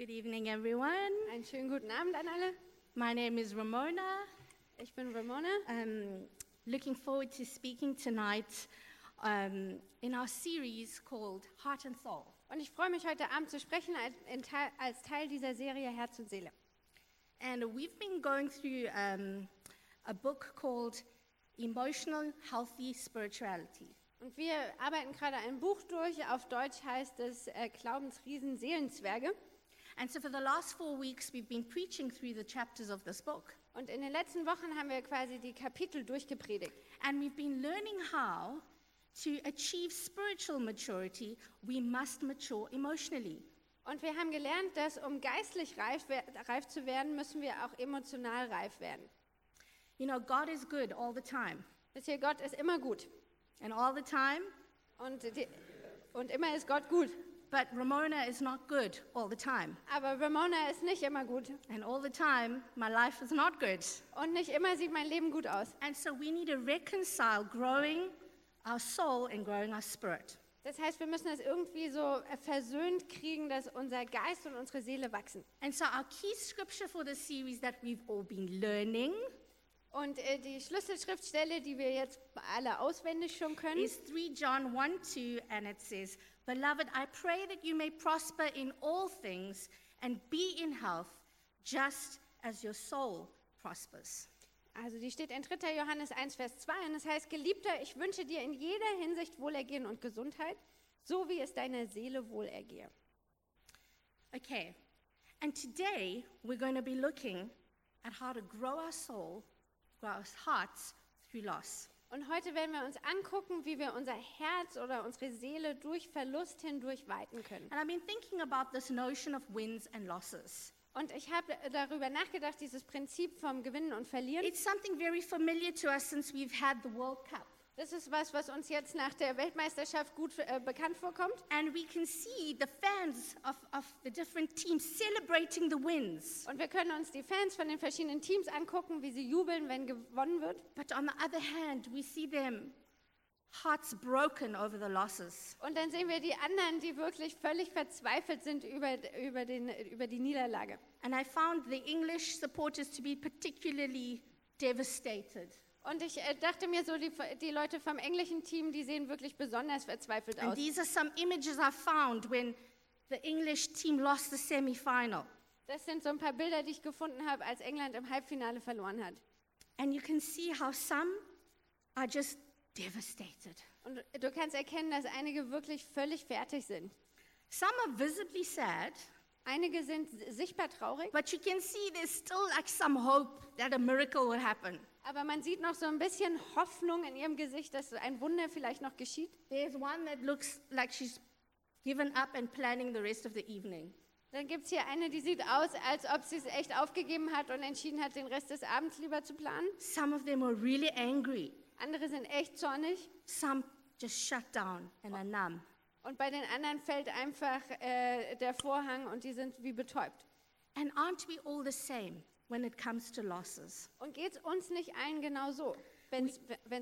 Good evening, everyone. Einen schönen guten Abend an alle. My name is Ramona. Ich bin Ramona. Um, looking forward to speaking tonight um, in our series called Heart and Soul. Und ich freue mich heute Abend zu sprechen als, in Teil, als Teil dieser Serie Herz und Seele. And we've been going through um, a book called Emotional Healthy Spirituality. Und wir arbeiten gerade ein Buch durch. Auf Deutsch heißt es äh, Glaubensriesen Seelenzwerge. And so, for the last four weeks, we've been preaching through the chapters of this book. Und in den letzten Wochen haben wir quasi die Kapitel durchgepredigt. And we've been learning how to achieve spiritual maturity, we must mature emotionally. Und wir haben gelernt, dass um geistlich reif, we- reif zu werden, müssen wir auch emotional reif werden. You know, God is good all the time. Wisst ihr, Gott ist immer gut. And all the time, Und, die, und immer ist Gott gut. but Ramona is not good all the time. Aber Ramona ist nicht immer gut. And all the time, my life is not good. Und nicht immer sieht mein Leben gut aus. And so we need to reconcile growing our soul and growing our spirit. Das heißt, wir müssen das irgendwie so äh, versöhnt kriegen, dass unser Geist und unsere Seele wachsen. And so our key scripture for this series that we've all been learning Und äh, die Schlüsselschriftstelle, die wir jetzt alle auswendig schon können, is 3 John 1 2, and it says, Beloved, I pray that you may prosper in all things and be in health, just as your soul prospers. also die steht in 3. Johannes 1, Vers 2, und das heißt, Geliebter, ich wünsche dir in jeder Hinsicht Wohlergehen und Gesundheit, so wie es deiner Seele wohlergehe. Okay, and today we're going to be looking at how to grow our soul, grow our hearts through loss. Und heute werden wir uns angucken, wie wir unser Herz oder unsere Seele durch Verlust hindurch weiten können. And I've been thinking about this notion of wins and losses. Und ich habe äh, darüber nachgedacht, dieses Prinzip vom Gewinnen und Verlieren. It's something very familiar to us since we've had the World Cup. Das ist was, was uns jetzt nach der Weltmeisterschaft gut äh, bekannt vorkommt. And we can see the fans of, of the different teams celebrating the wins. Und wir können uns die Fans von den verschiedenen Teams angucken, wie sie jubeln, wenn gewonnen wird. But on the other hand, we see them hearts broken over the losses. Und dann sehen wir die anderen, die wirklich völlig verzweifelt sind über, über, den, über die Niederlage. And I found the English supporters to be particularly devastated. Und ich äh, dachte mir so, die, die Leute vom englischen Team, die sehen wirklich besonders verzweifelt And aus. these are some images I found when the English team lost the semi final. Das sind so ein paar Bilder, die ich gefunden habe, als England im Halbfinale verloren hat. And you can see how some are just devastated. Und du kannst erkennen, dass einige wirklich völlig fertig sind. Some are visibly sad, Einige sind sichtbar traurig. but you can see there's still like some hope that a miracle will happen. Aber man sieht noch so ein bisschen Hoffnung in ihrem Gesicht, dass ein Wunder vielleicht noch geschieht. There's one that looks like she's given up and planning the rest of the evening. Dann gibt es hier eine, die sieht aus, als ob sie es echt aufgegeben hat und entschieden hat, den Rest des Abends lieber zu planen. Some of them are really angry. Andere sind echt zornig. Some just shut down and are numb. Und bei den anderen fällt einfach äh, der Vorhang und die sind wie betäubt. And aren't we all the same when it comes to losses? Und geht es uns nicht allen genau so, wenn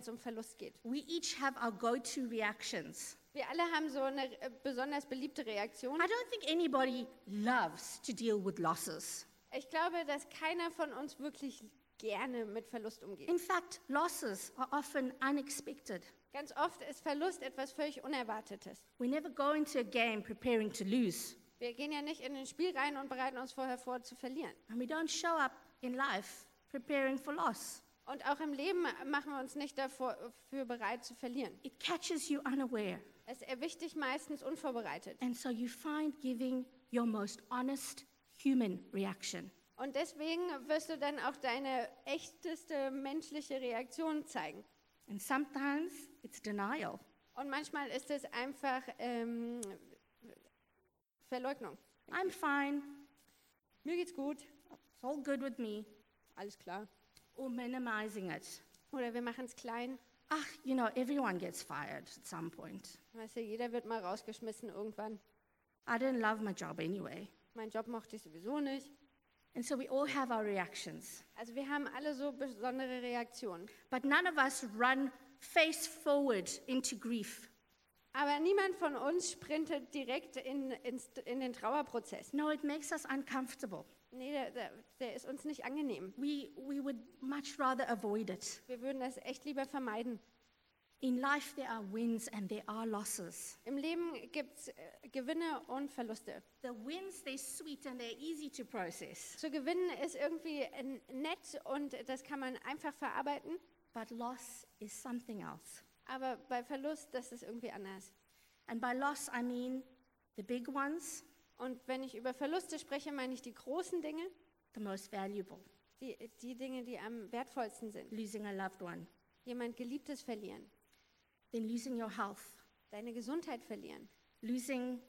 es um Verlust geht? We each have our go to reactions. Wir alle haben so eine äh, besonders beliebte Reaktion. I don't think anybody loves to deal with losses. Ich glaube, dass keiner von uns wirklich gerne mit Verlust umgeht. In fact, losses are often unexpected. Ganz oft ist Verlust etwas völlig Unerwartetes. We never go into a game preparing to lose, Wir gehen ja nicht in ein Spiel rein und bereiten uns vorher vor zu verlieren. and we don't show up in life preparing for loss. Und auch im Leben machen wir uns nicht davor- dafür bereit zu verlieren. It catches you unaware, Es erwischt dich meistens unvorbereitet. and so you find giving your most honest human reaction. Und deswegen wirst du dann auch deine echteste menschliche Reaktion zeigen. And sometimes it's denial. Und manchmal ist es einfach ähm, Verleugnung. I'm fine, Mir geht's gut, it's all good with me, alles klar. or minimizing it. Oder wir machen es klein. Ah, you know, everyone gets fired at some point. Weißt du, jeder wird mal rausgeschmissen irgendwann. I didn't love my job anyway. Mein Job mochte ich sowieso nicht. And so we all have our reactions, Also wir haben alle so besondere Reaktionen. but none of us run face forward into grief. Aber niemand von uns sprintet direkt in, ins, in den Trauerprozess. No, it makes us uncomfortable. Nee, der, der, der ist uns nicht angenehm. We, we would much rather avoid it. Wir würden das echt lieber vermeiden. In life, there are wins and there are losses. Im Leben gibt es äh, Gewinne und Verluste. The wins, they're sweet and they're easy to process, Zu gewinnen ist irgendwie äh, nett und das kann man einfach verarbeiten. but loss is something else. Aber bei Verlust, das ist irgendwie anders. And by loss, I mean the big ones, Und wenn ich über Verluste spreche, meine ich die großen Dinge, the most valuable die, die Dinge, die am wertvollsten sind. losing a loved one, Jemand Geliebtes verlieren, then losing your health, deine Gesundheit verlieren, losing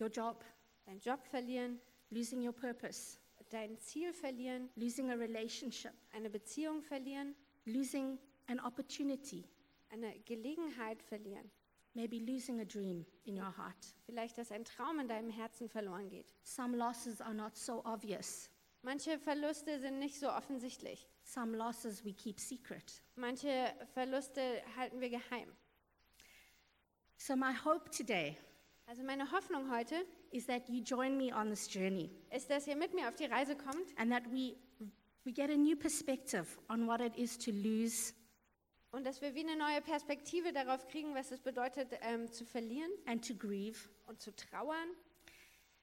your job, deinen Job verlieren, losing your purpose, dein Ziel verlieren, losing a relationship, eine Beziehung verlieren, losing an opportunity, eine Gelegenheit verlieren. maybe losing a dream in your heart. Vielleicht, dass ein Traum in deinem Herzen verloren geht. Some losses are not so obvious. Manche Verluste sind nicht so offensichtlich. Some losses we keep secret. Manche Verluste halten wir geheim. So, my hope today Also meine Hoffnung heute is that you join me on this journey ist, dass ihr mit mir auf die Reise kommt and that we, we get a new perspective on what it is to lose und dass wir wie eine neue Perspektive darauf kriegen, was es bedeutet, ähm, zu verlieren and to grieve, und zu trauern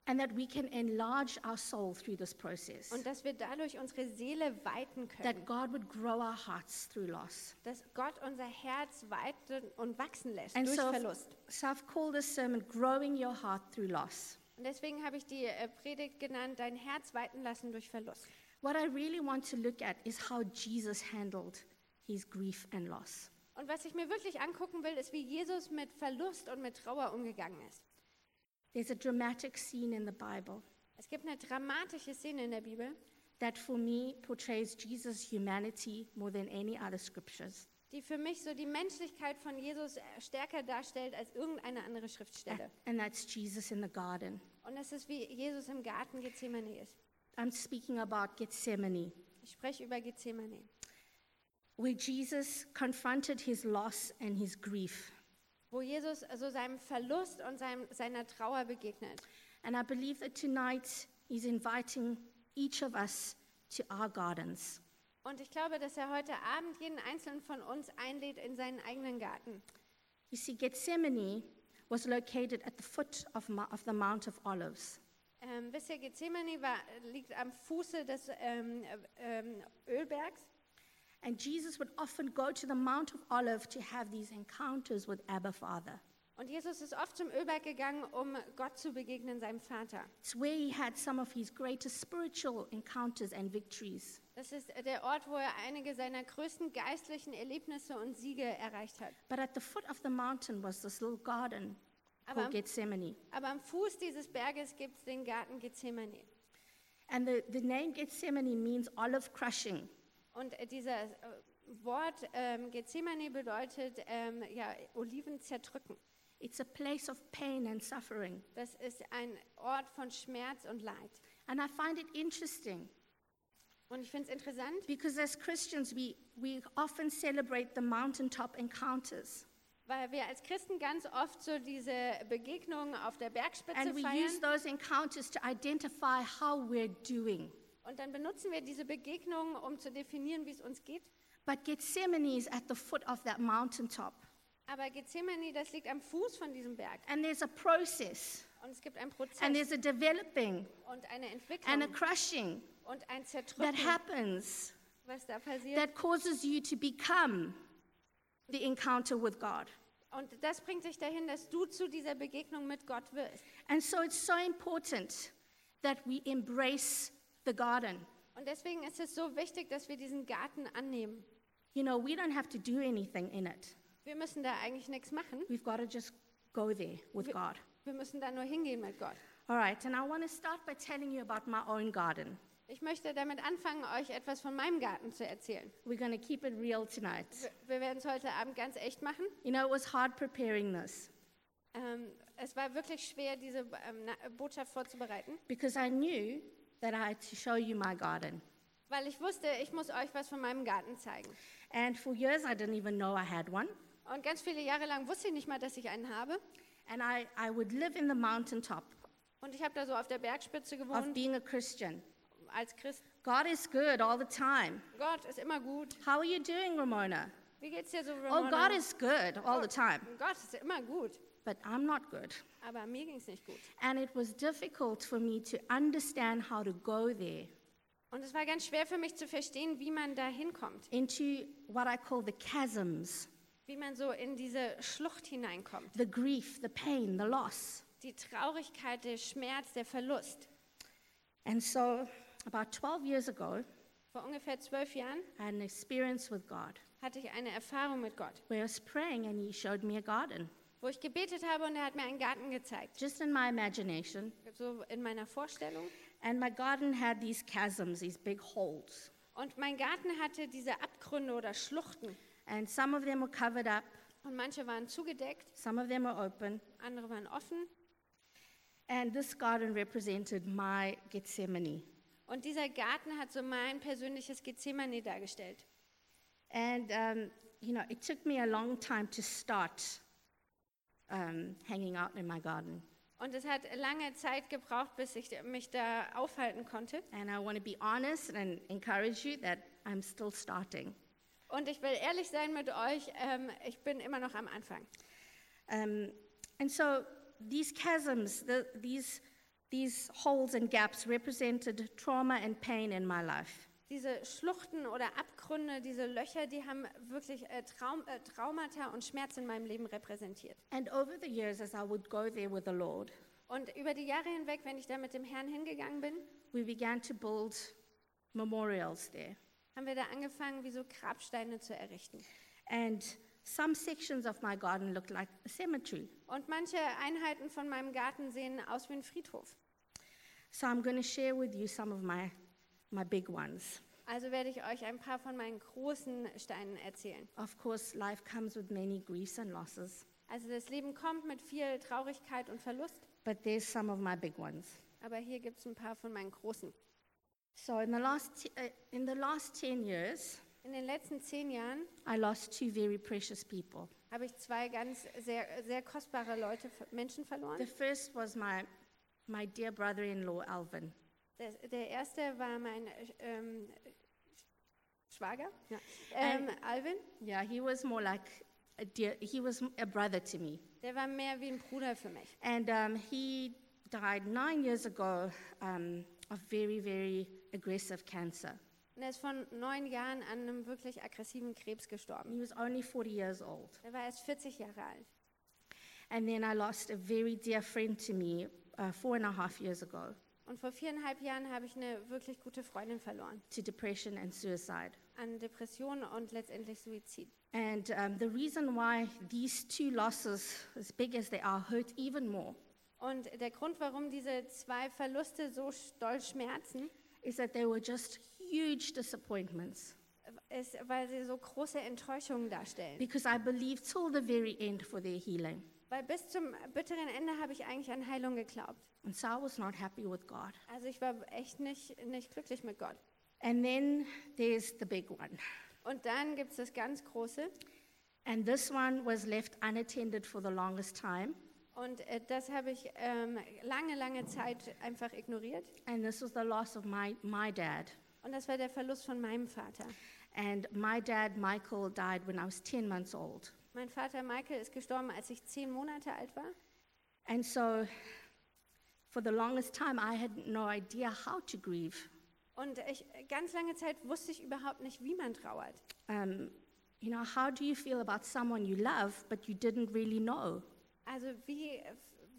and that we can enlarge our soul through this process. und dass wir dadurch unsere Seele weiten That können, God would grow our hearts through loss. dass Gott unser Herz weiten und wachsen lässt And durch so, Verlust. so I've called this sermon Growing Your Heart Through Loss. Und deswegen habe ich die äh, Predigt genannt, dein Herz weiten lassen durch Verlust. What I really want to look at is how Jesus handled his grief and loss. Und was ich mir wirklich angucken will, ist, wie Jesus mit Verlust und mit Trauer umgegangen ist. There's a dramatic scene in the Bible Es gibt eine dramatische Szene in der Bibel, that for me portrays Jesus' humanity more than any other scriptures. die für mich so die Menschlichkeit von Jesus äh, stärker darstellt als irgendeine andere Schriftstelle. And that's Jesus in the garden. Und das ist, wie Jesus im Garten Gethsemane ist. I'm speaking about Gethsemane, Ich spreche über Gethsemane, where Jesus confronted his loss and his grief. wo Jesus äh, so seinem Verlust und seinem, seiner Trauer begegnet. And I believe that tonight he's inviting each of us to our gardens. Und ich glaube, dass er heute Abend jeden Einzelnen von uns einlädt in seinen eigenen Garten. You see, Gethsemane was located at the foot of, Mo- of the Mount of Olives. Ähm, wisst ihr, Gethsemane war, liegt am Fuße des ähm, äh, ähm, Ölbergs. And Jesus would often go to the Mount of Olive to have these encounters with Abba Father. Und Jesus ist oft zum Ölberg gegangen, um Gott zu begegnen, seinem Vater. It's where he had some of his greatest spiritual encounters and victories. Das ist der Ort, wo er einige seiner größten geistlichen Erlebnisse und Siege erreicht hat. But at the foot of the mountain was this little garden Aber- called Gethsemane. Aber am Fuß dieses Berges gibt es den Garten Gethsemane. And the, the name Gethsemane means olive crushing. Und äh, dieses äh, Wort ähm, Gethsemane bedeutet ähm, ja, Oliven zerdrücken. It's a place of pain and suffering. Das ist ein Ort von Schmerz und Leid. And I find it interesting Und ich finde es interessant, because as Christians, we, we often celebrate the mountaintop encounters. Weil wir als Christen ganz oft so diese Begegnungen auf der Bergspitze And we use feiern those encounters to identify how we're doing. und dann benutzen wir diese Begegnungen, um zu definieren, wie es uns geht. But Gethsemane is at the foot of that mountaintop. Aber Gethsemane, das liegt am Fuß von diesem Berg And there's a process, und es gibt einen and Prozess there's a developing und and eine a Entwicklung crushing und ein that Zerdrücken, happens was da passiert. that causes you to become the encounter with God. Und das bringt dich dahin, dass du zu dieser Begegnung mit Gott wirst. And so it's so important that we embrace the garden. Und deswegen ist es so wichtig, dass wir diesen Garten annehmen. You know, we don't have to do anything in it. Wir müssen da eigentlich nichts machen. We've got to just go there with God. Wir müssen da nur hingehen mit Gott. All right, and I want to start by telling you about my own garden. Ich möchte damit anfangen, euch etwas von meinem Garten zu erzählen. We're going to keep it real tonight. Wir- Wir werden es heute Abend ganz echt machen. You know, it was hard preparing this Ähm, es war wirklich schwer, diese ähm, Na- Botschaft vorzubereiten, because I knew that I had to show you my garden. weil ich wusste, ich muss euch was von meinem Garten zeigen. And for years, I didn't even know I had one. Und ganz viele Jahre lang wusste ich nicht mal, dass ich einen habe. and I, I would live in the mountaintop Und ich habe da so auf der Bergspitze of gewohnt being a Christian. als Christ. God is good all the time. Gott ist immer gut. How are you doing, Ramona? Wie geht's dir so, Oh, Ramona? God is good all the time. Gott ist immer gut. But I'm not good. Aber mir ging's nicht gut. And it was difficult for me to understand how to go there Und es war ganz schwer für mich zu verstehen, wie man da hinkommt. into what I call the chasms Wie man so in diese Schlucht hineinkommt. the grief, the pain, the loss. Die Traurigkeit, der Schmerz, der Verlust. And so, about 12 years ago, Vor ungefähr zwölf Jahren I had an experience with God hatte ich eine Erfahrung mit Gott, where I was praying and He showed me a garden. wo ich gebetet habe und er hat mir einen Garten gezeigt. just in my imagination. So in meiner Vorstellung. And my garden had these chasms, these big holes. Und mein Garten hatte diese Abgründe oder Schluchten. And some of them were covered up, Und manche waren zugedeckt, some of them were open. andere waren offen. And this garden represented my Gethsemane. Und dieser Garten hat so mein persönliches Gethsemane dargestellt. And, um, you know, it took me a long time to start um, hanging out in my garden. Und es hat lange Zeit gebraucht, bis ich mich da aufhalten konnte. And I want to be honest and encourage you that I'm still starting. Und ich will ehrlich sein mit euch, ähm, ich bin immer noch am Anfang. Um, and so these chasms, the, these, these holes and gaps represented trauma and pain in my life. Diese Schluchten oder Abgründe, diese Löcher, die haben wirklich äh, Traum, äh, Traumata und Schmerz in meinem Leben repräsentiert. And over the years, as I would go there with the Lord, Und über die Jahre hinweg, wenn ich da mit dem Herrn hingegangen bin, we began to build memorials there. haben wir da angefangen, wie so Grabsteine zu errichten. And some sections of my garden looked like a cemetery. Und manche Einheiten von meinem Garten sehen aus wie ein Friedhof. So I'm going to share with you some of my, my big ones. Also werde ich euch ein paar von meinen großen Steinen erzählen. Of course, life comes with many griefs and losses, Also das Leben kommt mit viel Traurigkeit und Verlust, but there's some of my big ones. aber hier gibt es ein paar von meinen großen. So in the last, uh, in the last 10 years, In den letzten zehn Jahren I lost two very precious people. habe ich zwei ganz sehr, sehr kostbare Leute, Menschen The verloren. first was my, my dear brother in law, Alvin. Der, der erste war mein ähm, Schwager, ja. Ein- ähm, Alvin. Yeah, he was more like a dear, he was a brother to me. Der war mehr wie ein Bruder für mich. And um, he died nine years ago um, of very, very aggressive cancer. Und er ist von neun Jahren an einem wirklich aggressiven Krebs gestorben. He was only 40 years old. Er war erst 40 Jahre alt. And then I lost a very dear friend to me uh, four and a half years ago Und vor viereinhalb Jahren habe ich eine wirklich gute Freundin verloren. to depression and suicide. An Depressionen und letztendlich Suizid. And um, the reason why these two losses, as big as they are, hurt even more Und der Grund, warum diese zwei Verluste so doll schmerzen, is that they were just huge disappointments ist, weil sie so große Enttäuschungen darstellen. because I believed till the very end for their healing. Weil bis zum bitteren Ende habe ich eigentlich an Heilung geglaubt. And so I was not happy with God. Also ich war echt nicht, nicht glücklich mit Gott. And then there's the big one. Und dann gibt es das ganz Große. And this one was left unattended for the longest time. Und äh, das habe ich ähm, lange, lange Zeit einfach ignoriert. And this was the loss of my, my dad. Und das war der Verlust von meinem Vater. And my dad, Michael, died when I was 10 months old. Mein Vater Michael ist gestorben, als ich zehn Monate alt war. And so for the longest time, I had no idea how to grieve. Und ich, ganz lange Zeit wusste ich überhaupt nicht, wie man trauert. Um, you know, how do you feel about someone you love, but you didn't really know? Also wie,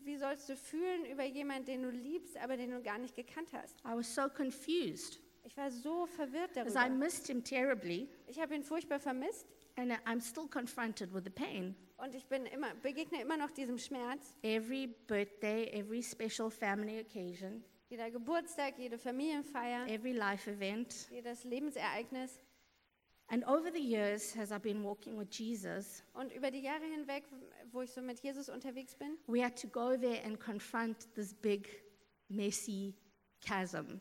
wie sollst du fühlen über jemanden, den du liebst, aber den du gar nicht gekannt hast? I was so confused Ich war so verwirrt because I darüber. missed him terribly. Ich habe ihn furchtbar vermisst And I- I'm still confronted with the pain. und ich bin immer, begegne immer noch diesem Schmerz. Every birthday, every special family occasion, Jeder Geburtstag, jede Familienfeier, every life event. jedes Lebensereignis. And over the years, as I've been walking with Jesus, Und über die Jahre hinweg, wo ich so mit Jesus unterwegs bin, we had to go there and confront this big, messy chasm.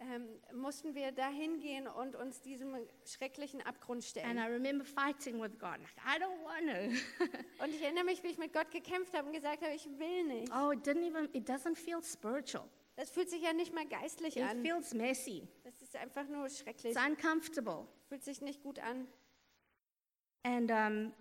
ähm, mussten wir dahin gehen und uns diesem schrecklichen Abgrund And stellen. I remember fighting with God, like, I don't want to. Und ich erinnere mich, wie ich mit Gott gekämpft habe und gesagt habe, ich will nicht. oh, it didn't even, it doesn't feel spiritual. Das fühlt sich ja nicht mal geistlich It an. feels messy. Das ist einfach nur schrecklich. It's uncomfortable. Fühlt sich nicht gut an. And um,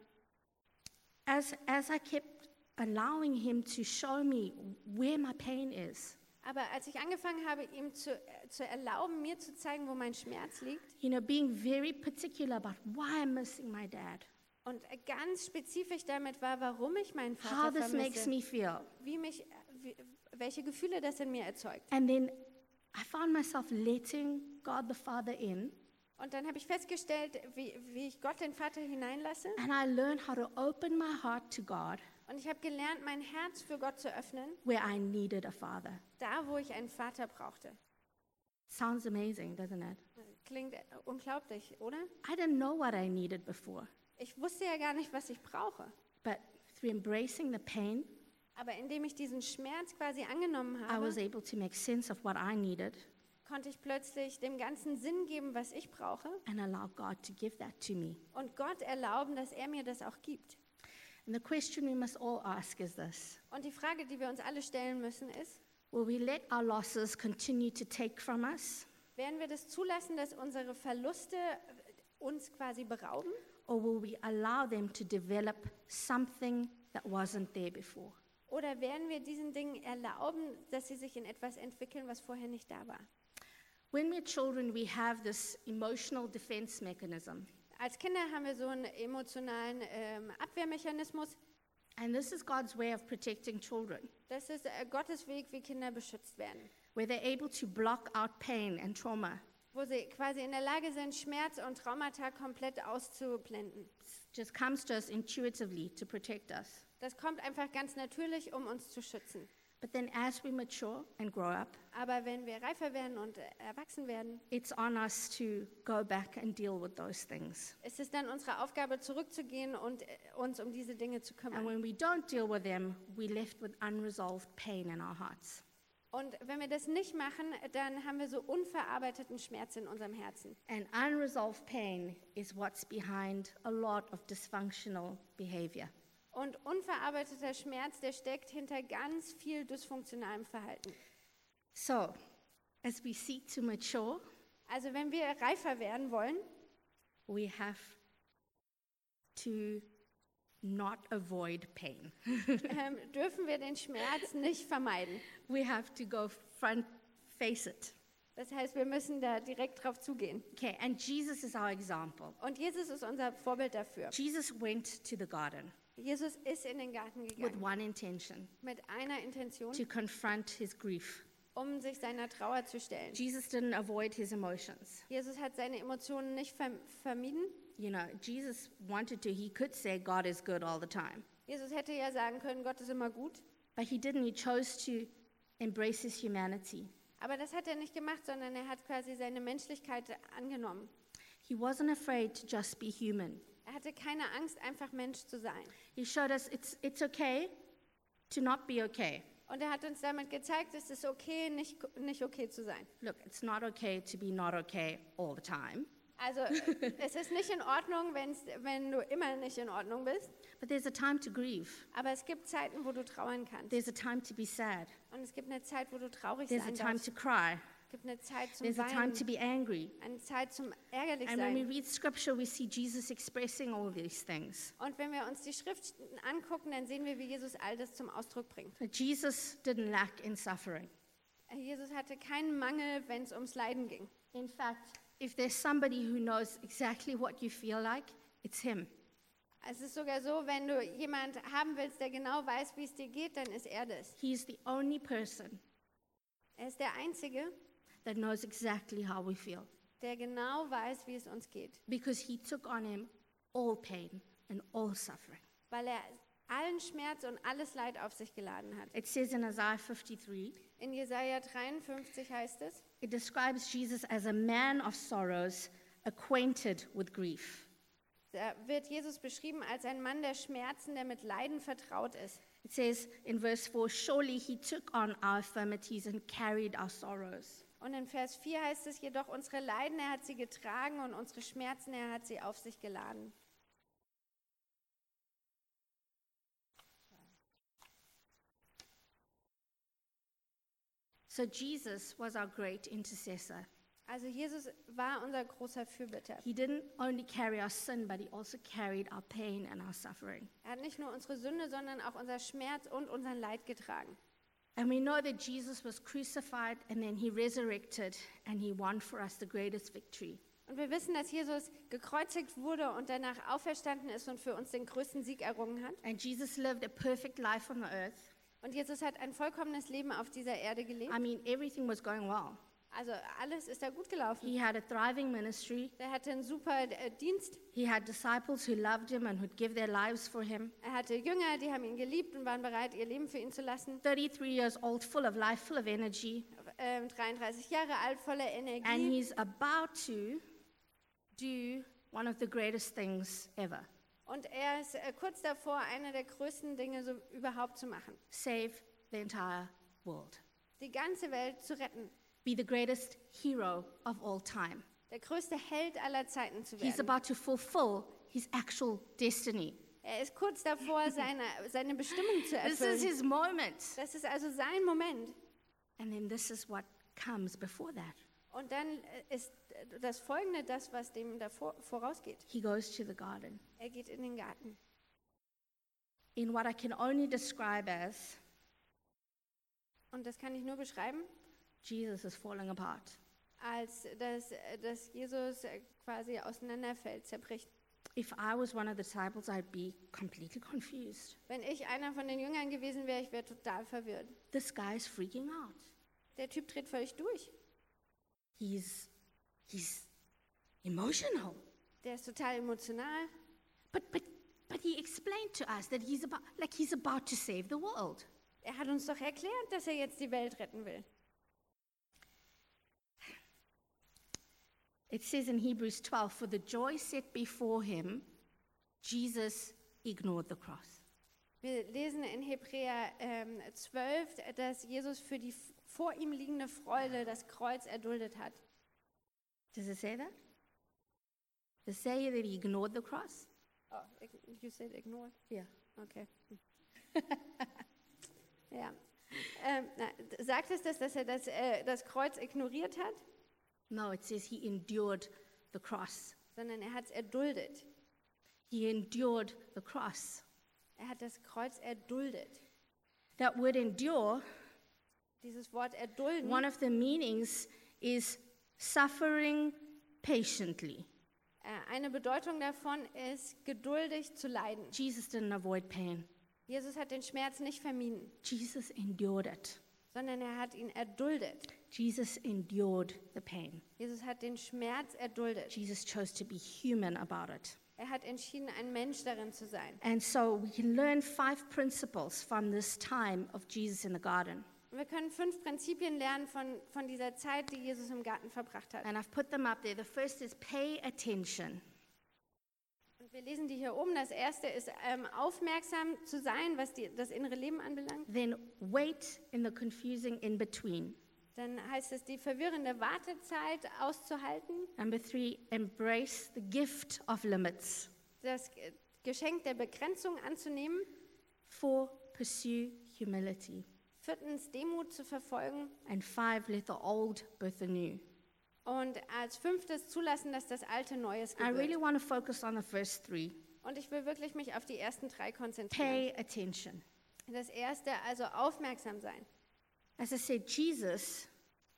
as, as I kept allowing him to show me where my pain is, Aber als ich angefangen habe, ihm zu, äh, zu erlauben, mir zu zeigen, wo mein Schmerz liegt, you know, being very particular about why I'm missing my dad, und äh, ganz spezifisch damit war, warum ich meinen how Vater this makes vermisse, me feel. wie mich, äh, wie, welche Gefühle das in mir erzeugt. And then I found myself letting God the Father in, Und dann habe ich festgestellt, wie, wie ich Gott den Vater hineinlasse. and I learned how to open my heart to God Und ich habe gelernt, mein Herz für Gott zu öffnen, where I needed a father. da, wo ich einen Vater brauchte. Sounds amazing, doesn't it? Klingt äh, unglaublich, oder? I didn't know what I needed before, Ich wusste ja gar nicht, was ich brauche. but through embracing the pain, Aber indem ich diesen Schmerz quasi angenommen I was habe, able to make sense of what I needed konnte ich plötzlich dem Ganzen Sinn geben, was ich brauche and allow God to give that to me. und Gott erlauben, dass er mir das auch gibt. And the question we must all ask is this Und die Frage, die wir uns alle stellen müssen, ist, Will we let our losses continue to take from us, werden wir das zulassen, dass unsere Verluste äh, uns quasi berauben? or will we allow them to develop something that wasn't there before? Oder werden wir diesen Dingen erlauben, dass sie sich in etwas entwickeln, was vorher nicht da war? When we're children, we have this emotional defense mechanism, Als Kinder haben wir so einen emotionalen ähm, Abwehrmechanismus. and this is God's way of protecting children, Das ist äh, Gottes Weg, wie Kinder beschützt werden. where they're able to block out pain and trauma. Wo sie quasi in der Lage sind, Schmerz und Traumata komplett auszublenden. It just comes to us intuitively to protect us. Das kommt einfach ganz natürlich, um uns zu schützen. But then, as we mature and grow up, Aber wenn wir reifer werden und äh, erwachsen werden, it's on us to go back and deal with those things. ist es dann unsere Aufgabe, zurückzugehen und äh, uns um diese Dinge zu And kümmern. when we don't deal with them, we're left with unresolved pain in our hearts. Und wenn wir das nicht machen, dann haben wir so unverarbeiteten Schmerz in unserem Herzen. And unresolved pain is what's behind a lot of dysfunctional behavior. Und unverarbeiteter Schmerz, der steckt hinter ganz viel dysfunktionalem Verhalten. So, as we seek to mature, Also wenn wir reifer werden wollen, we have to not avoid pain. ähm, dürfen wir den Schmerz nicht vermeiden. we have to go front face it. Das heißt, wir müssen da direkt drauf zugehen. Okay, and Jesus is our example. Und Jesus ist unser Vorbild dafür. Jesus went to the garden Jesus ist in den Garten with gegangen one intention mit einer Intention, to confront his grief. um sich seiner Trauer zu stellen. Jesus didn't avoid his emotions. Jesus hat seine Emotionen nicht verm vermieden. You know, Jesus wanted to, he could say God is good all the time, Jesus hätte ja sagen können, Gott ist immer gut. but he didn't. He chose to embrace his humanity. Aber das hat er nicht gemacht, sondern er hat quasi seine Menschlichkeit angenommen. He wasn't afraid to just be human. Er hatte keine Angst, einfach Mensch zu sein. He showed us it's, it's okay to not be okay. Und er hat uns damit gezeigt, es ist okay, nicht, nicht okay zu sein. Look, it's not okay to be not okay all the time, Also äh, es ist nicht in Ordnung, wenn's, wenn du immer nicht in Ordnung bist. but there's a time to grieve. Aber es gibt Zeiten, wo du trauern kannst. There's a time to be sad. Und es gibt eine Zeit, wo du traurig There's a sein time darfst. to cry. Es gibt eine Zeit zum There's a time to be Weinen, angry. eine Zeit zum ärgerlich And when we sein. read scripture, we see Jesus expressing all these things. Und wenn wir uns die Schrift angucken, dann sehen wir, wie Jesus all das zum Ausdruck bringt. But Jesus didn't lack in suffering. Jesus hatte keinen Mangel, wenn es ums Leiden ging. In fact, if there's somebody who knows exactly what you feel like, it's him. Es ist sogar so, wenn du jemand haben willst, der genau weiß, wie es dir geht, dann ist er das. He's the only person Er ist der Einzige, that knows exactly how we feel der genau weiß, wie es uns geht, because he took on him all pain and all suffering. weil er allen Schmerz und alles Leid auf sich geladen hat. It says in Isaiah 53, In Jesaja 53 heißt es: it describes Jesus as a man of sorrows, acquainted with grief. Da wird Jesus beschrieben als ein Mann der Schmerzen, der mit Leiden vertraut ist. It says in verse 4 Surely he took on our infirmities and carried our sorrows. Und in Vers 4 heißt es jedoch, unsere Leiden, er hat sie getragen und unsere Schmerzen, er hat sie auf sich geladen. So Jesus was our great intercessor. Also Jesus war unser großer Fürbitter. He didn't only carry our sin, but he also carried our pain and our suffering. Er hat nicht nur unsere Sünde, sondern auch unser Schmerz und unseren Leid getragen. And we know that Jesus was crucified and then he resurrected and he won for us the greatest victory. Und wir wissen, dass Jesus gekreuzigt wurde und danach auferstanden ist und für uns den größten Sieg errungen hat. And Jesus lived a perfect life on the earth. Und Jesus hat ein vollkommenes Leben auf dieser Erde gelebt. I mean, everything was going well. Also alles ist da gut gelaufen. He had a thriving ministry. Er hatte einen super äh, Dienst. He had disciples who loved him and would give their lives for him. Er hatte Jünger, die haben ihn geliebt und waren bereit, ihr Leben für ihn zu lassen. 33 years old, full of life, full of energy. Ähm, 33 Jahre alt, voller And Energie. he's about to do one of the greatest things ever Und er ist äh, kurz davor, eine der größten Dinge so überhaupt zu machen. save the entire world, Die ganze Welt zu retten. be the greatest hero of all time. Der größte Held aller Zeiten zu He's werden. about to fulfill his actual destiny. Er ist kurz davor, seine, seine Bestimmung zu This is erfüllen. his moment. Das ist also sein Moment. And then this is what comes before that. Und dann äh, ist äh, das Folgende das, was dem davor, vorausgeht. He goes to the garden Er geht in den Garten. in what I can only describe as Und das kann ich nur beschreiben, Jesus is falling apart. als dass, äh, dass Jesus äh, quasi auseinanderfällt, zerbricht. If I was one of the disciples, I'd be completely confused. Wenn ich einer von den Jüngern gewesen wäre, ich wäre total verwirrt. This guy's freaking out. Der Typ dreht völlig durch. He's he's emotional. Der ist total emotional. But but but he explained to us that he's about like he's about to save the world. Er hat uns doch erklärt, dass er jetzt die Welt retten will. It says in Hebrews 12, for the joy set before him, Jesus ignored the cross. Wir lesen in Hebräer ähm, 12, dass Jesus für die f- vor ihm liegende Freude das Kreuz erduldet hat. Does it say that? Does it say that he ignored the cross? Oh, ig- you said ignore. Yeah. Okay. ja. Ähm, na, d- sagt es das, dass er das, äh, das Kreuz ignoriert hat, No, it says he endured the cross. sondern er hat es erduldet. He endured the cross. Er hat das Kreuz erduldet. That word endure, Dieses Wort erdulden, one of the meanings is suffering patiently. äh, eine Bedeutung davon ist, geduldig zu leiden. Jesus didn't avoid pain, Jesus hat den Schmerz nicht vermieden, Jesus endured it. sondern er hat ihn erduldet. Jesus endured the pain. Jesus hat den Schmerz erduldet. Jesus chose to be human about it. Er hat entschieden, ein Mensch darin zu sein. And so we can learn five principles from this time of Jesus in the garden. Und wir können fünf Prinzipien lernen von, von dieser Zeit, die Jesus im Garten verbracht hat. And I've put them up there. The first is pay attention. Und wir lesen die hier oben. Das erste ist, ähm, aufmerksam zu sein, was die, das innere Leben anbelangt. Then wait in the confusing in between. Dann heißt es, die verwirrende Wartezeit auszuhalten, Number three, embrace the gift of limits. das G- Geschenk der Begrenzung anzunehmen. Four, pursue humility. Viertens, Demut zu verfolgen. And five, let the old birth anew. Und als fünftes, zulassen, dass das Alte Neues I really gibt. want to focus on the first three. Und ich will wirklich mich auf die ersten drei konzentrieren. Pay attention. Das erste, also aufmerksam sein. As I said, Jesus,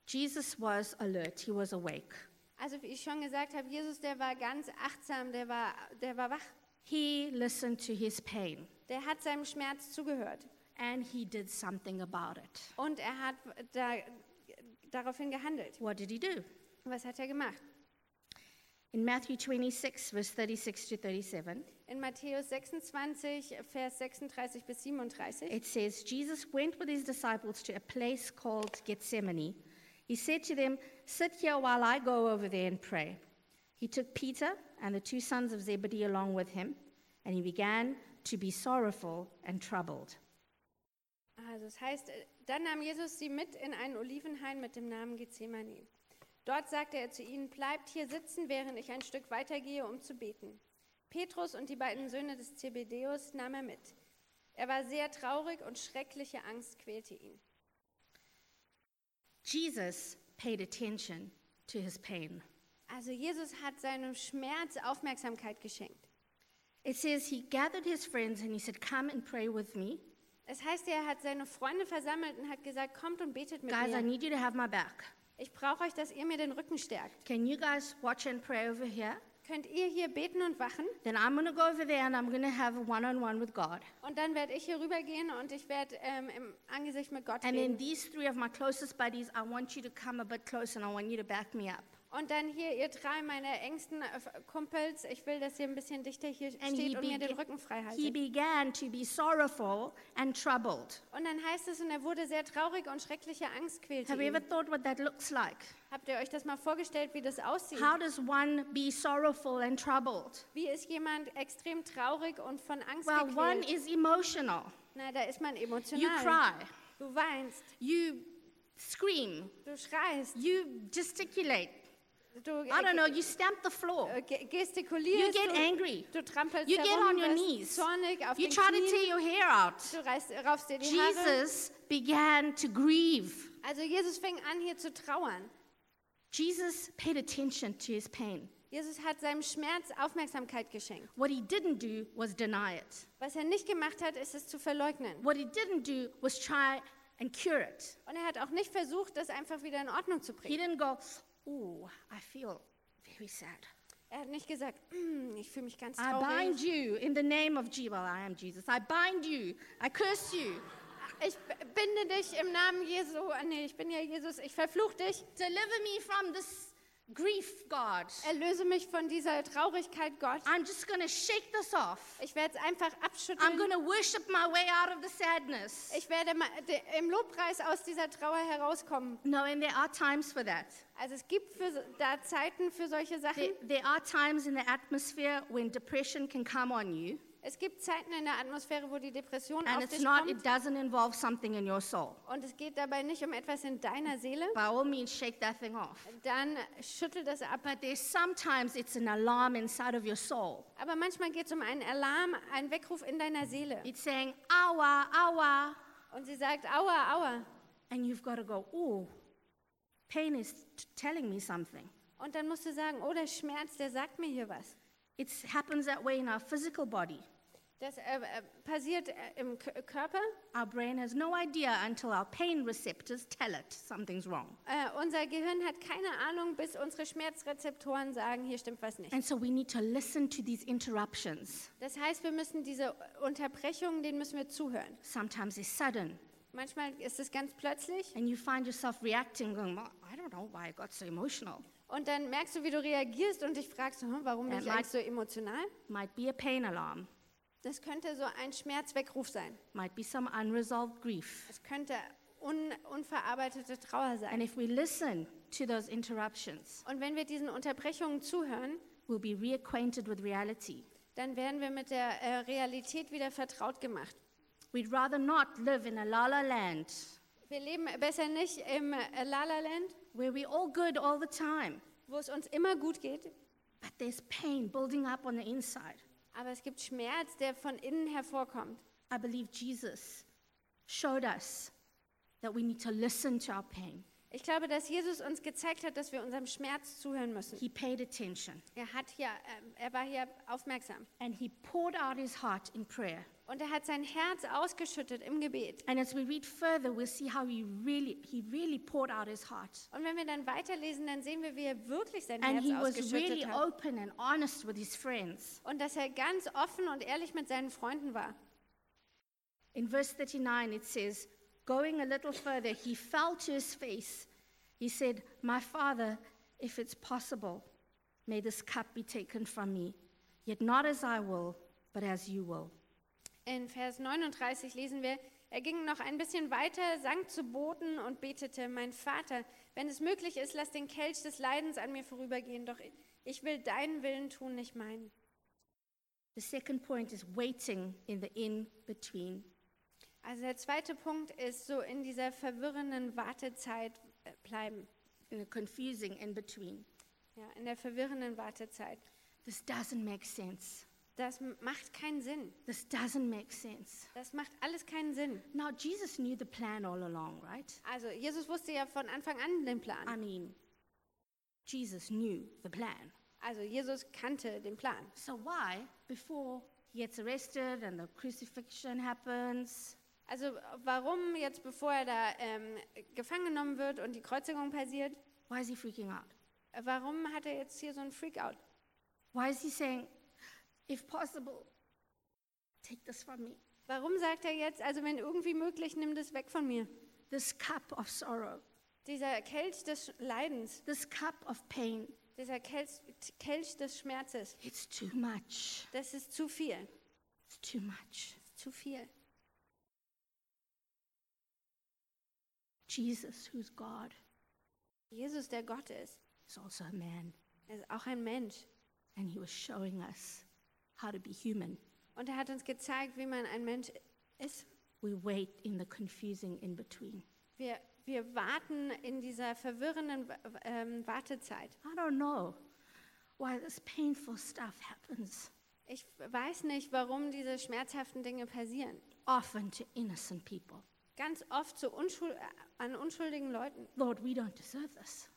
Jesus was alert. He was awake. Also wie ich schon gesagt habe, Jesus, der war ganz achtsam, der war, der war wach. He listened to his pain. Der hat seinem Schmerz zugehört. And he did something about it. Und er hat da, daraufhin gehandelt. What did he do? Was hat er gemacht? In Matthew 26, verse 36 to 37, In Matthäus 26, Vers 36 bis 37. it says, Jesus went with his disciples to a place called Gethsemane. He said to them, Sit here while I go over there and pray. He took Peter and the two sons of Zebedee along with him, and he began to be sorrowful and troubled. Also es heißt, äh, dann nahm Jesus sie mit in einen Olivenhain mit dem Namen Gethsemane. Dort sagte er zu ihnen, bleibt hier sitzen, während ich ein Stück weitergehe, um zu beten. Petrus und die beiden Söhne des Zebedeus nahm er mit. Er war sehr traurig und schreckliche Angst quälte ihn. Jesus paid attention to his pain. Also Jesus hat seinem Schmerz Aufmerksamkeit geschenkt. It says he gathered his friends and he said, Come and pray with me. Es heißt, er hat seine Freunde versammelt und hat gesagt, kommt und betet mit Guys, I mir. need you to have my back. Ich brauche euch, dass ihr mir den Rücken stärkt. Can you guys watch and pray over here? Könnt ihr hier beten und wachen? Then I'm going to go over there and I'm going to have a one on one with God. Und dann werde ich hier rübergehen und ich werde ähm, im Angesicht mit Gott And then reden. these three of my closest buddies, I want you to come a bit closer and I want you to back me up. Und dann hier, ihr drei meiner engsten äh, Kumpels, ich will, dass ihr ein bisschen dichter hier And steht und mir bega- den Rücken frei he haltet. began to be sorrowful and troubled. Und dann heißt es, und er wurde sehr traurig und schreckliche Angst quälte Have you ever ihn. thought what that looks like? Habt ihr euch das mal vorgestellt, wie das aussieht? How does one be sorrowful and troubled? Wie ist jemand extrem traurig und von Angst Well, one gequält? is emotional. Na, da ist man emotional. You cry, Du weinst, you scream, du schreist, you gesticulate. du I don't know, äh, you stamp the floor. äh, ge- You gestikulierst, get du, angry. du trampelst You get herum, on your wirst knees. zornig auf You den try to Knien, tear your hair out. du reißt, raufst dir die Haare. Jesus began to grieve. Also Jesus fing an, hier zu trauern. Jesus paid attention to his pain. Jesus hat seinem Schmerz Aufmerksamkeit geschenkt. What he didn't do was deny it. Was er nicht gemacht hat, ist es zu verleugnen. What he didn't do was try and cure it. Und er hat auch nicht versucht, das einfach wieder in Ordnung zu He didn't bringen. go, "Ooh, I feel very sad. Er hat nicht gesagt, "Mm, ich fühle mich ganz I bind traurig. you in the name of Jesus. Well, I am Jesus. I bind you. I curse you. Ich b- binde dich im Namen Jesu. Ah, Nee, ich bin ja Jesus. Ich verfluche dich. Deliver me from this grief, God. Erlöse mich von dieser Traurigkeit, Gott. I'm just going to shake this off. Ich werde es einfach I'm abschütteln. going to worship my way out of the sadness. Ich werde ma- de- im Lobpreis aus dieser Trauer herauskommen. No, and there are times for that. Also es gibt für, so- da Zeiten für solche Sachen. There, there are times in the atmosphere when depression can come on you, Es gibt Zeiten in der Atmosphäre, wo die Depression and auf it's dich not, kommt. it doesn't involve something in your soul. Und es geht dabei nicht um etwas in deiner Seele, By all means, shake that thing off. dann schüttel das ab. But there's sometimes it's an alarm inside of your soul. Aber manchmal geht es um einen Alarm, einen Weckruf in deiner Seele. It's saying, awa, awa. Und sie sagt, aua, aua. And you've got to go, oh, pain is t- telling me something. Und dann musst du sagen, oh, der Schmerz, der sagt mir hier was. It happens that way in our physical body. Das äh, äh, passiert äh, im K Körper. Our brain has no idea until our pain receptors tell it something's wrong. Äh, unser Gehirn hat keine Ahnung, bis unsere Schmerzrezeptoren sagen, hier stimmt was nicht. And so we need to listen to these interruptions. Das heißt, wir müssen diese Unterbrechungen, denen müssen wir zuhören. Sometimes it's sudden, Manchmal ist es ganz plötzlich and you find yourself reacting, going, well, I don't know why I got so emotional. und dann merkst du, wie du reagierst und dich fragst, hm, warum bin Ja, ich eigentlich so emotional? Might be a pain alarm, Das könnte so ein Schmerzweckruf sein. might be some unresolved grief. Es könnte un unverarbeitete Trauer And sein. if we listen to those interruptions, Und wenn wir diesen Unterbrechungen zuhören, we'll be reacquainted with reality. dann werden wir mit der äh, Realität wieder vertraut gemacht. We'd rather not live in a la la land Wir leben besser nicht im äh, Lala-Land, where we're all good all the time, wo es uns immer gut geht, but there's pain building up on the inside. aber es gibt Schmerz, der von innen hervorkommt. I believe Jesus showed us that we need to listen to our pain. Ich glaube, dass Jesus uns gezeigt hat, dass wir unserem Schmerz zuhören müssen. He paid attention Er, hat hier, ähm, er war hier aufmerksam and he poured out his heart in prayer. und er hat sein Herz ausgeschüttet im Gebet. And as we read further, we'll see how he really, he really poured out his heart. Und wenn wir dann weiterlesen, dann sehen wir, wie er wirklich sein And Herz he was really ausgeschüttet hat. open and honest with his friends. Und dass er ganz offen und ehrlich mit seinen Freunden war. In verse 39, it says, Going a little further, he fell to his face. He said, My father, if it's possible, may this cup be taken from me. Yet not as I will, but as you will. In Vers 39 lesen wir, er ging noch ein bisschen weiter, sank zu Boden und betete, mein Vater, wenn es möglich ist, lass den Kelch des Leidens an mir vorübergehen, doch ich will deinen Willen tun, nicht meinen. The second point is waiting in the in between. Also der zweite Punkt ist so in dieser verwirrenden Wartezeit äh, bleiben. in the confusing in between. Ja, in der verwirrenden Wartezeit. This doesn't make sense. Das m- macht keinen Sinn. This doesn't make sense. Das macht alles keinen Sinn. Now, Jesus knew the plan all along, right? Also Jesus wusste ja von Anfang an den Plan. I mean, Jesus knew the plan. Also Jesus kannte den Plan. So, why, before he gets arrested and the crucifixion happens, Also warum jetzt, bevor er da ähm, gefangen genommen wird und die Kreuzigung passiert, why is he freaking out? äh, warum hat er jetzt hier so einen Freakout? Why is he saying, if possible, take this from me? Warum sagt er jetzt, also wenn irgendwie möglich, nimm das weg von mir? This cup of sorrow, Dieser Kelch des Leidens, this cup of pain, dieser Kelch, Kelch des Schmerzes, it's too much. das ist zu viel. It's too much. Zu viel. Jesus, who's God, Jesus, der Gott ist, is also a man, er ist auch ein Mensch. and he was showing us how to be human. Und er hat uns gezeigt, wie man ein Mensch ist. We wait in the confusing in between. Wir, wir warten in dieser verwirrenden Wa- ähm, Wartezeit. I don't know why this painful stuff happens Ich weiß nicht, warum diese schmerzhaften Dinge passieren. often to innocent people. Ganz oft zu unschul äh, an unschuldigen Leuten. Lord, we don't deserve this.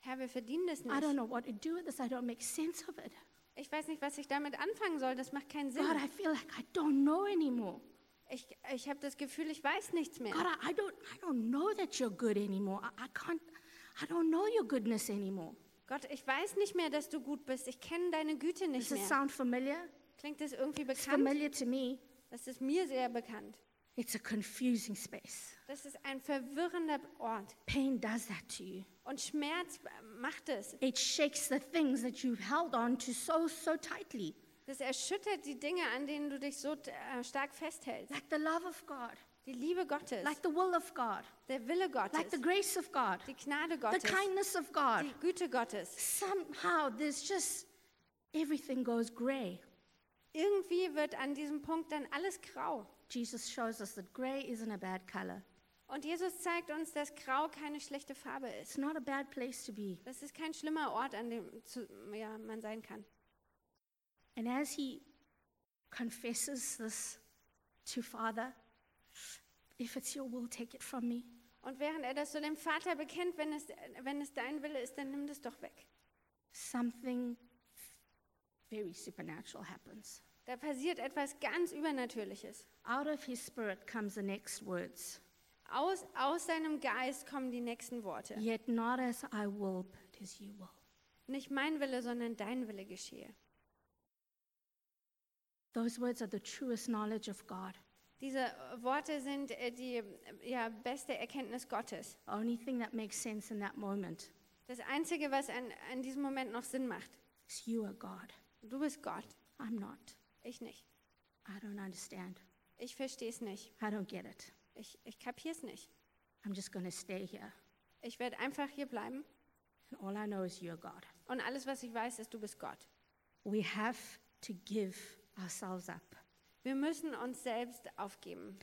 Herr, wir verdienen das I don't nicht. know what to do with this. I don't make sense of it. Ich weiß nicht, was ich damit anfangen soll. Das macht keinen Sinn. God, I feel like I don't know anymore. Ich, ich habe das Gefühl, ich weiß nichts mehr. God, I, I don't I don't know that you're good anymore. I, I can't I don't know your goodness anymore. Gott, ich weiß nicht mehr, dass du gut bist. Ich kenne deine Güte nicht Does it mehr. sound familiar? Klingt das irgendwie It's bekannt? familiar to me. Das ist mir sehr bekannt. It's a confusing space. Das ist ein verwirrender Ort. Pain does that to you. Und Schmerz macht es. It shakes the things that you've held on to so so tightly. Das erschüttert die Dinge, an denen du dich so äh, stark festhältst. Like the love of God, Die Liebe Gottes, like the will of God, der Wille Gottes, like the grace of God, die Gnade the Gottes, kindness of God. die Güte Gottes. Somehow there's just everything goes gray. Irgendwie wird an diesem Punkt dann alles grau. Jesus shows us that gray isn't a bad color. Und Jesus zeigt uns, dass grau keine schlechte Farbe ist. It's not a bad place to be. Das ist kein schlimmer Ort, an dem zu, ja, man sein kann. And as he confesses this to Father, if it's your will, take it from me. Und während er das so dem Vater bekennt, wenn es, wenn es dein Wille ist, dann nimm das doch weg. Something very supernatural happens. Da passiert etwas ganz Übernatürliches. Out of his spirit comes the next words Aus, aus seinem Geist kommen die nächsten Worte. Yet not as I will, but as you will. Nicht mein Wille, sondern dein Wille geschehe. Those words are the truest knowledge of God. Diese äh, Worte sind äh, die äh, ja, beste Erkenntnis Gottes. The only thing that makes sense in that moment Das Einzige, was an, an diesem Moment noch Sinn macht. is you are God. Du bist Gott, I'm not. ich nicht. I don't understand. Ich verstehe es nicht. I don't get it. Ich, ich kapiere es nicht. I'm just going to stay here. Ich werde einfach hier bleiben And all I know is you're God. und alles, was ich weiß, ist, du bist Gott. We have to give ourselves up. Wir müssen uns selbst aufgeben.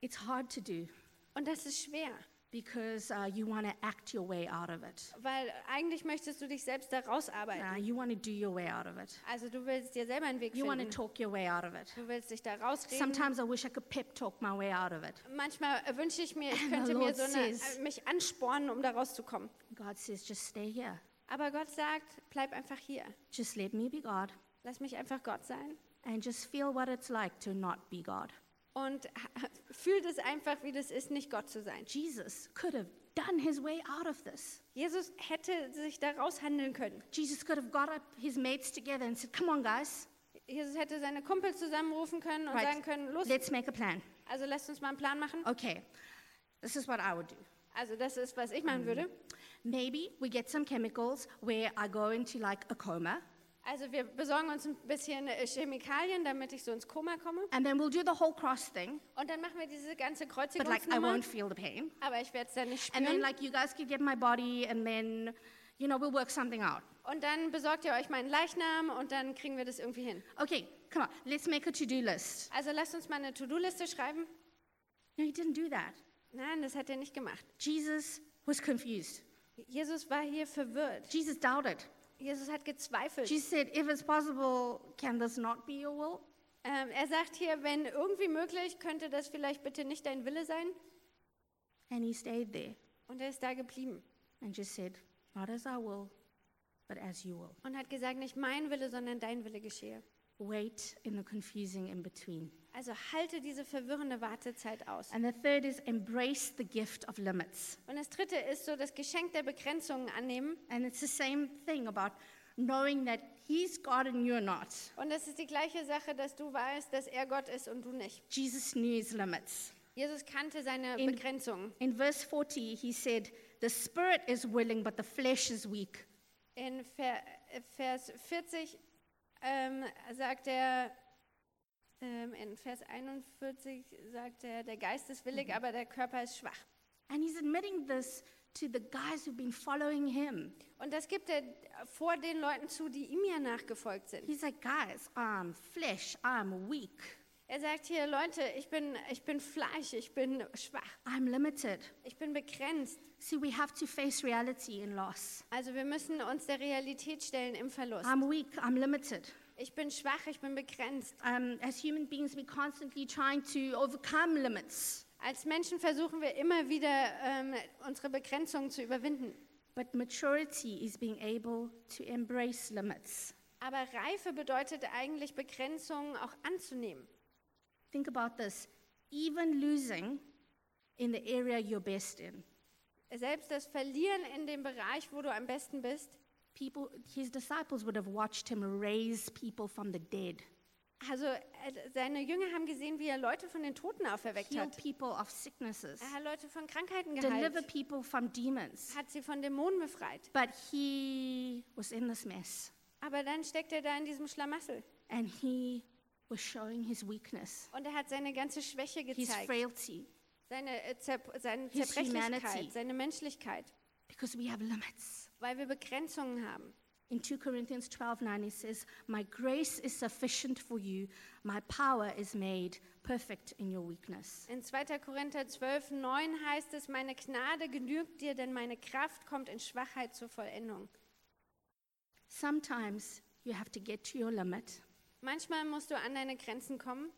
It's hard to do Und das ist schwer, because uh, you want to act your way out of it. weil eigentlich möchtest du dich selbst da rausarbeiten. Uh, you want to do your way out of it. Also du willst dir selber einen Weg You want to finden. talk your way out of it. Du willst dich da rausreden. Sometimes I wish I could pep talk my way out of it. Manchmal wünsche ich mir, ich And könnte the mir Lord so eine, says- äh, mich anspornen, um da rauszukommen. God says, just stay here. Aber Gott sagt, bleib einfach hier. Just let me be God Lass mich einfach Gott sein and just feel what it's like to not be God. und fühl das einfach, wie das ist, nicht Gott zu sein. Jesus could have done his way out of this. Jesus hätte sich da raushandeln können. Jesus could have got up his mates together and said, come on, guys, Jesus hätte seine Kumpel zusammenrufen können und Right. sagen können, los, let's make a plan. also lasst uns mal einen Plan machen. Okay, this is what I would do. Also das ist, was ich machen Mm. würde. Maybe we get some chemicals where I go into like a coma, Also wir besorgen uns ein bisschen äh, Chemikalien, damit ich so ins Koma komme. and then we'll do the whole cross thing, Und dann machen wir diese ganze but like I Kreuzigungsnummer. won't feel the pain. Aber ich werde es dann nicht And then spüren. like you guys could get my body, and then, you know, we'll work something out. Und dann besorgt ihr euch meinen Leichnam und dann kriegen wir das irgendwie hin. Okay, come on, let's make a to do list. Also lasst uns mal eine To-Do-Liste schreiben. No, he didn't do that. Nein, das hat er nicht gemacht. Jesus was confused. Jesus war hier verwirrt. Jesus doubted. Jesus hat gezweifelt. Jesus said, If it's possible, can this not be your will? Ähm, er sagt hier, wenn irgendwie möglich, könnte das vielleicht bitte nicht dein Wille sein. And he stayed there Und er ist da geblieben and just said, Not as I will, but as you will. und hat gesagt, nicht mein Wille, sondern dein Wille geschehe. Wait in the confusing in between. Also halte diese verwirrende Wartezeit aus. And the third is embrace the gift of limits. Und das dritte ist so das Geschenk der Begrenzungen annehmen. And it's the same thing about knowing that he's God and you're not. Und das ist die gleiche Sache, dass du weißt, dass er Gott ist und du nicht. Jesus knew his limits. Jesus kannte seine In- Begrenzungen. In verse 40, he said, The spirit is willing, but the flesh is weak. In Ver äh, Vers 40 ähm, sagt er, ähm, in Vers 41 sagt er, der Geist ist willig, aber der Körper ist schwach. And he's admitting this to the guys who've been following him. Und das gibt er vor den Leuten zu, die ihm ja nachgefolgt sind. He's like, Guys, I'm flesh, I'm weak, Er sagt hier, Leute, ich bin, ich bin Fleisch, ich bin schwach, I'm limited. ich bin begrenzt. See, we have to face reality in loss. Also wir müssen uns der Realität stellen im Verlust. I'm weak, I'm limited. Ich bin schwach, ich bin begrenzt. Um, as human beings, we're constantly trying to overcome limits. Als Menschen versuchen wir immer wieder, ähm, unsere Begrenzungen zu überwinden. But maturity is being able to embrace limits. Aber Reife bedeutet eigentlich, Begrenzungen auch anzunehmen. Think about this even losing in the area you're best in. Selbst das Verlieren in dem Bereich, wo du am besten bist. People, his disciples would have watched him raise people from the dead, Also äh, seine Jünger haben gesehen, wie er Leute von den Toten auferweckt heal hat. people of sicknesses, Er hat Leute von Krankheiten deliver geheilt, people from demons. hat sie von Dämonen befreit. But he was in this mess Aber dann steckt er da in diesem Schlamassel. and he was showing his weakness, Und er hat seine ganze Schwäche his gezeigt. frailty, seine, äh, Zer seine His humanity. Zerbrechlichkeit, seine Menschlichkeit, because we have limits. weil wir Begrenzungen haben. In 2 Corinthians 12 9, it says, My grace is sufficient for you, my power is made perfect in your weakness. In 2. Korinther 12, 9 heißt es, meine Gnade genügt dir, denn meine Kraft kommt in Schwachheit zur Vollendung. Sometimes you have to get to your limit Manchmal musst du an deine Grenzen kommen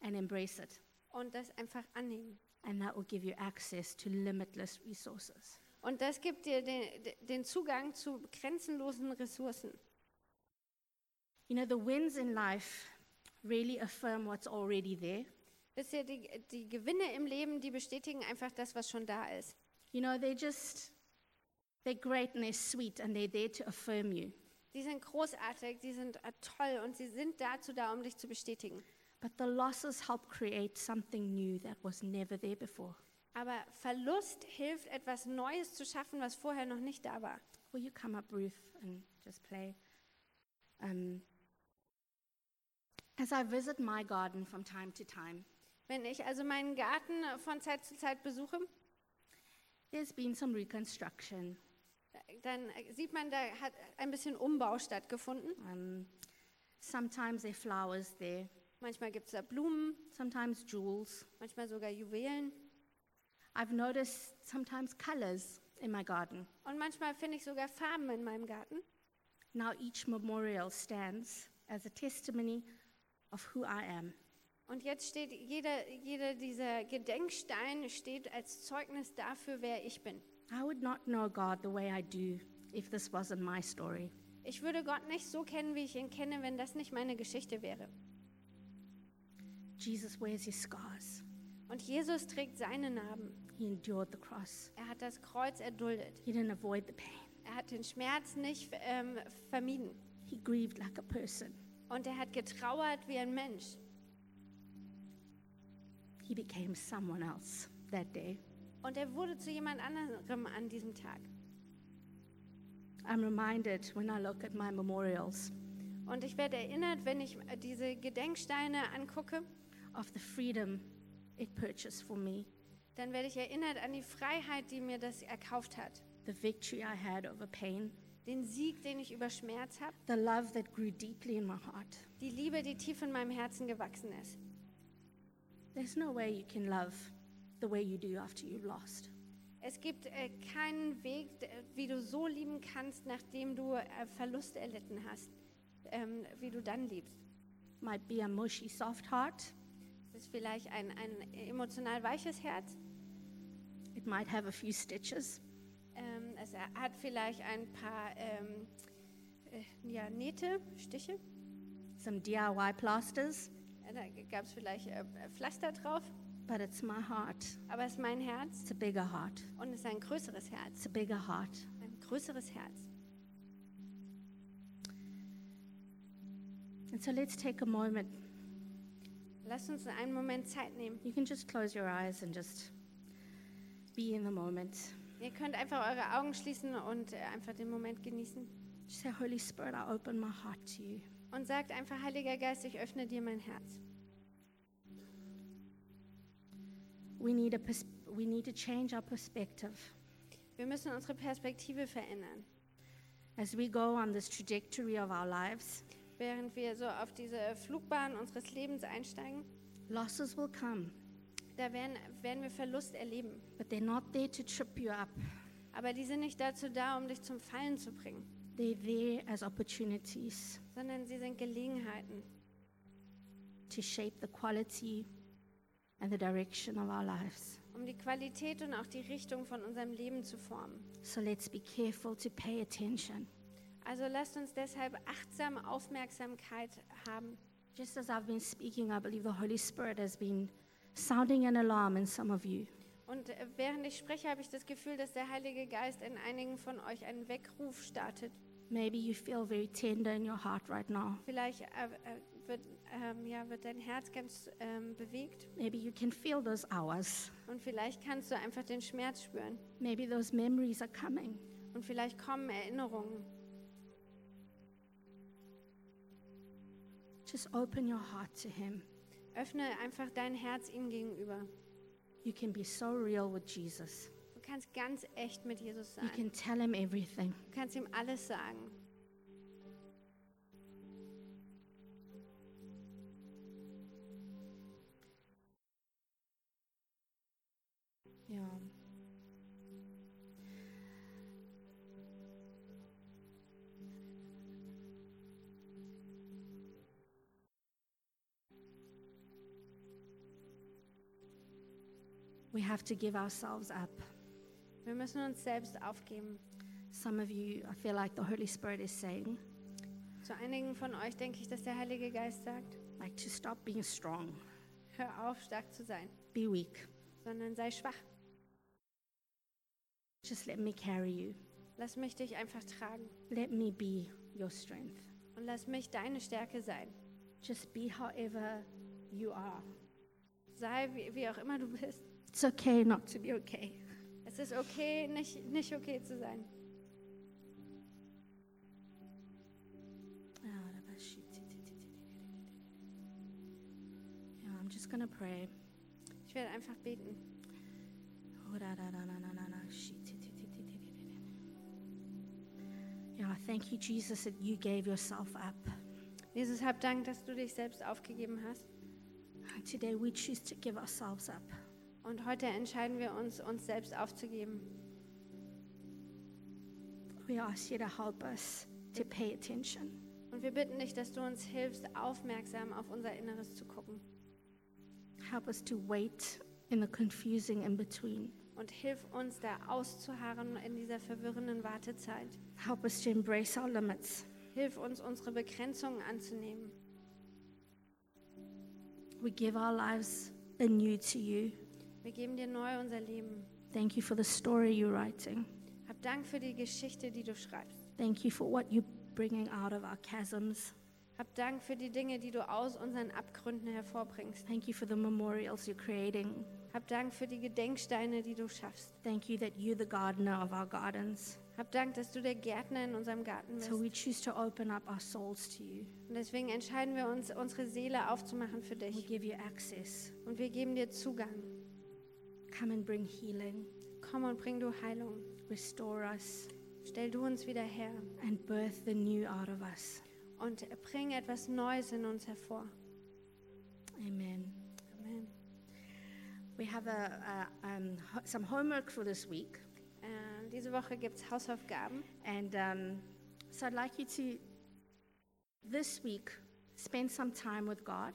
and embrace it. und das einfach annehmen. and that will give you access to limitless resources. Und das gibt dir den, den Zugang zu grenzenlosen Ressourcen. You know, the wins in life really affirm what's already there. Wisst ihr, die, die Gewinne im Leben, die bestätigen einfach das, was schon da ist. You know, they're just, they're great and they're sweet and they're there to affirm you. Die sind großartig, die sind äh, toll und sie sind dazu da, um dich zu bestätigen. But the losses help create something new that was never there before. Aber Verlust hilft, etwas Neues zu schaffen, was vorher noch nicht da war. Will you come up, Ruth, and just play? Um, as I visit my garden from time to time, Wenn ich also meinen Garten von Zeit zu Zeit besuche, there's been some reconstruction. äh, dann sieht man, da hat ein bisschen Umbau stattgefunden. Um, sometimes there are flowers there, Manchmal gibt es da Blumen, sometimes jewels. manchmal sogar Juwelen. I've noticed sometimes colors in my garden. Und manchmal finde ich sogar Farben in meinem Garten. Now each memorial stands as a testimony of who I am. Und jetzt steht jeder, jeder dieser Gedenksteine steht als Zeugnis dafür, wer ich bin. I would not know God the way I do if this wasn't my story. Ich würde Gott nicht so kennen, wie ich ihn kenne, wenn das nicht meine Geschichte wäre. Jesus wears his scars. Und Jesus trägt seine Narben. He endured the cross. Er hat das Kreuz erduldet. He didn't avoid the pain. Er hat den Schmerz nicht ähm, vermieden. He grieved like a person. Und er hat getrauert wie ein Mensch. He became someone else that day. Und er wurde zu jemand anderem an diesem Tag. I'm reminded when I look at my memorials Und ich werde erinnert, wenn ich äh, diese Gedenksteine angucke, of the freedom it purchased for me, dann werde ich erinnert an die Freiheit, die mir das erkauft hat. the victory I had over pain, Den Sieg, den ich über Schmerz habe. the love that grew deeply in my heart. Die Liebe, die tief in meinem Herzen gewachsen ist. There's no way you can love the way you do after you've lost. Es gibt äh, keinen Weg, d- wie du so lieben kannst, nachdem du äh, Verlust erlitten hast, ähm, wie du dann liebst. Might be a mushy, soft heart. Es ist vielleicht ein, ein emotional weiches Herz. It might have a few stitches. Ähm, es hat vielleicht ein paar ähm, äh, ja, Nähte, Stiche. some DIY plasters, Äh, Da gab es vielleicht äh, Pflaster drauf. but it's my heart. Aber es ist mein Herz It's a bigger heart. und es ist ein größeres Herz. It's a bigger heart. Ein größeres Herz. And so let's take a moment. Lass uns einen Moment Zeit nehmen. You can just close your eyes and just be in the moment. Ihr könnt einfach eure Augen schließen und äh, einfach den Moment genießen. Just say, Holy Spirit, I open my heart to you. Und sagt einfach, Heiliger Geist, ich öffne dir mein Herz. We need, a pers- we need to change our perspective. Wir müssen unsere Perspektive verändern. As we go on this trajectory of our lives, Während wir so auf diese Flugbahn unseres Lebens einsteigen, losses will come, da werden, werden wir Verlust erleben. but they're not there to trip you up. Aber die sind nicht dazu da, um dich zum Fallen zu bringen, They're there as opportunities sondern sie sind Gelegenheiten, to shape the quality and the direction of our lives. um die Qualität und auch die Richtung von unserem Leben zu formen. So let's be careful to pay attention. Also lasst uns deshalb achtsam Aufmerksamkeit haben. Just as I've been speaking, I believe the Holy Spirit has been sounding an alarm in some of you. Und äh, während ich spreche, habe ich das Gefühl, dass der Heilige Geist in einigen von euch einen Weckruf startet. Maybe you feel very tender in your heart right now. Vielleicht äh, äh, wird, ähm, ja, wird dein Herz ganz ähm, bewegt Maybe you can feel those hours. und vielleicht kannst du einfach den Schmerz spüren. Maybe those memories are coming. Und vielleicht kommen Erinnerungen. Just open your heart to Him. Öffne einfach dein Herz ihm gegenüber. You can be so real with Jesus. Du kannst ganz echt mit Jesus You sein. can tell Him everything. Du kannst ihm alles sagen. Yeah. We have to give ourselves up. Wir müssen uns selbst aufgeben. Some of you, I feel like the Holy Spirit is saying, Zu einigen von euch denke ich, dass der Heilige Geist sagt, like to stop being strong, hör auf, stark zu sein, be weak. sondern sei schwach. Just let me carry you. Lass mich dich einfach tragen Let me be your strength. und lass mich deine Stärke sein. Just be however you are. Sei wie, wie auch immer du bist. It's okay not to be okay. Es ist okay, nicht, nicht okay zu sein. Yeah, I'm just going to pray. Ich werde einfach beten. Yeah, thank you, Jesus, that you gave yourself up. Jesus, hab Dank, dass du dich selbst aufgegeben hast. Today we choose to give ourselves up. Und heute entscheiden wir uns, uns selbst aufzugeben. We ask you to help us to pay attention. Und wir bitten dich, dass du uns hilfst, aufmerksam auf unser Inneres zu gucken. Help us to wait in the confusing in between. Und hilf uns, da auszuharren in dieser verwirrenden Wartezeit. Help us to embrace our limits. Hilf uns, unsere Begrenzungen anzunehmen. We give our lives anew to you. Wir geben dir neu unser Leben. Thank you for the story you're writing. Hab Dank für die Geschichte, die du schreibst. Thank you for what you're bringing out of our chasms. Hab Dank für die Dinge, die du aus unseren Abgründen hervorbringst. Thank you for the memorials you're creating. Hab Dank für die Gedenksteine, die du schaffst. Thank you that you're the gardener of our gardens. Hab Dank, dass du der Gärtner in unserem Garten bist. So we choose to open up our souls to you. Und deswegen entscheiden wir uns, unsere Seele aufzumachen für We dich. give you access. Und wir geben dir Zugang. Come and bring healing. Komm und bring du Heilung. Restore us Stell du uns wieder her and birth the new out of us. und bring etwas Neues in uns hervor. Amen. Amen. We have a, a, um, ho- some homework for this week, Äh, diese Woche gibt es Hausaufgaben. and um, so I'd like you to, this week, spend some time with God,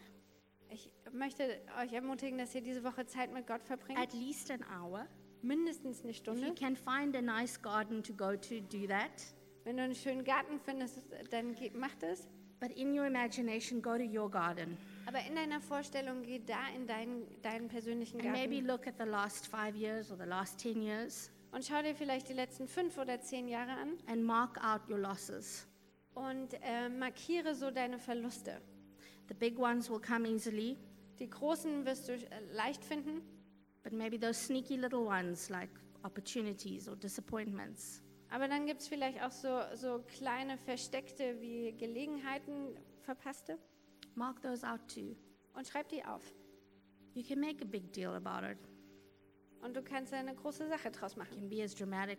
Ich möchte euch ermutigen, dass ihr diese Woche Zeit mit Gott verbringt. at least an hour. Mindestens eine If you Stunde. can find a nice garden to go to, do that. Wenn du einen schönen Garten findest, dann geht, macht es. But in your imagination, go to your garden Aber in deiner Vorstellung geh da in deinen, deinen persönlichen and maybe Garten look at the last five years or the last 10 years und schau dir vielleicht die letzten fünf oder zehn Jahre an and mark out your losses. und äh, markiere so deine Verluste. The big ones will come easily, Die großen wirst du äh, leicht finden, but maybe those sneaky little ones like opportunities or disappointments. aber dann gibt es vielleicht auch so, so kleine versteckte wie Gelegenheiten, verpasste Mark those out too. und schreib die auf. You can make a big deal about it. Und du kannst da eine große Sache draus You machen. can be as dramatic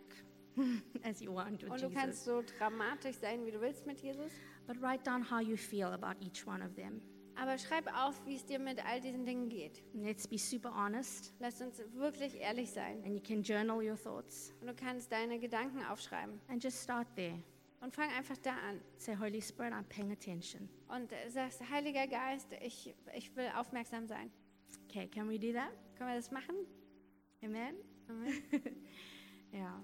as you want with Und du kannst Jesus. so dramatisch sein, wie du willst mit Jesus. But write down how you feel about each one of them. Aber schreib auf, wie es dir mit all diesen Dingen geht. And let's be super honest. Lass uns wirklich ehrlich sein. And you can journal your thoughts Und du kannst deine Gedanken aufschreiben. and just start there. Und fang einfach da an. Say, Holy Spirit, I'm paying attention. Und äh, sagst, Heiliger Geist, ich, ich will aufmerksam sein. Okay, can we do that? Können wir das machen? Amen? Amen. Yeah.